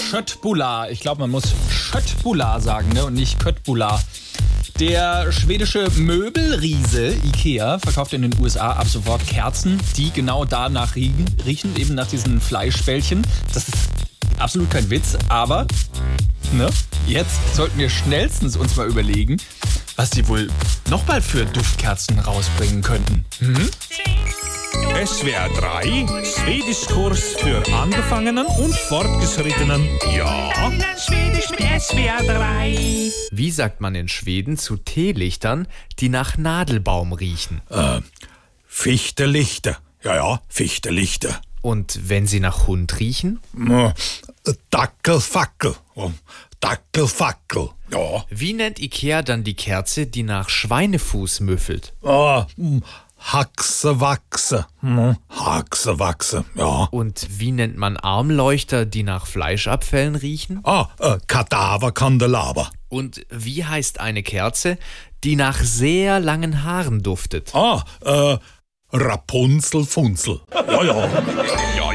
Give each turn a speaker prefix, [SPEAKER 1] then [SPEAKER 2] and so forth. [SPEAKER 1] Schöttbula. Ich glaube, man muss Schöttbula sagen ne? und nicht Köttbula. Der schwedische Möbelriese Ikea verkauft in den USA ab sofort Kerzen, die genau danach riechen, riechen eben nach diesen Fleischbällchen. Das ist absolut kein Witz, aber ne? jetzt sollten wir schnellstens uns mal überlegen, was die wohl noch bald für Duftkerzen rausbringen könnten. Hm?
[SPEAKER 2] SWR 3, Schwedischkurs für Angefangenen und Fortgeschrittenen. Ja.
[SPEAKER 3] Schwedisch mit SWR 3.
[SPEAKER 4] Wie sagt man in Schweden zu Teelichtern, die nach Nadelbaum riechen?
[SPEAKER 2] Fichte Lichter. Ja, ja, Fichte Lichter.
[SPEAKER 4] Und wenn sie nach Hund riechen?
[SPEAKER 2] Mm, Dackelfackel. Oh, Dackelfackel. Ja.
[SPEAKER 4] Wie nennt Ikea dann die Kerze, die nach Schweinefuß müffelt?
[SPEAKER 2] Ah, mm, Haxewachse. Mm, Haxewachse. Ja.
[SPEAKER 4] Und wie nennt man Armleuchter, die nach Fleischabfällen riechen?
[SPEAKER 2] Ah, äh, Kadaverkandelaber.
[SPEAKER 4] Und wie heißt eine Kerze, die nach sehr langen Haaren duftet?
[SPEAKER 2] Ah, äh, Rapunzelfunzel. Ja, ja. ja.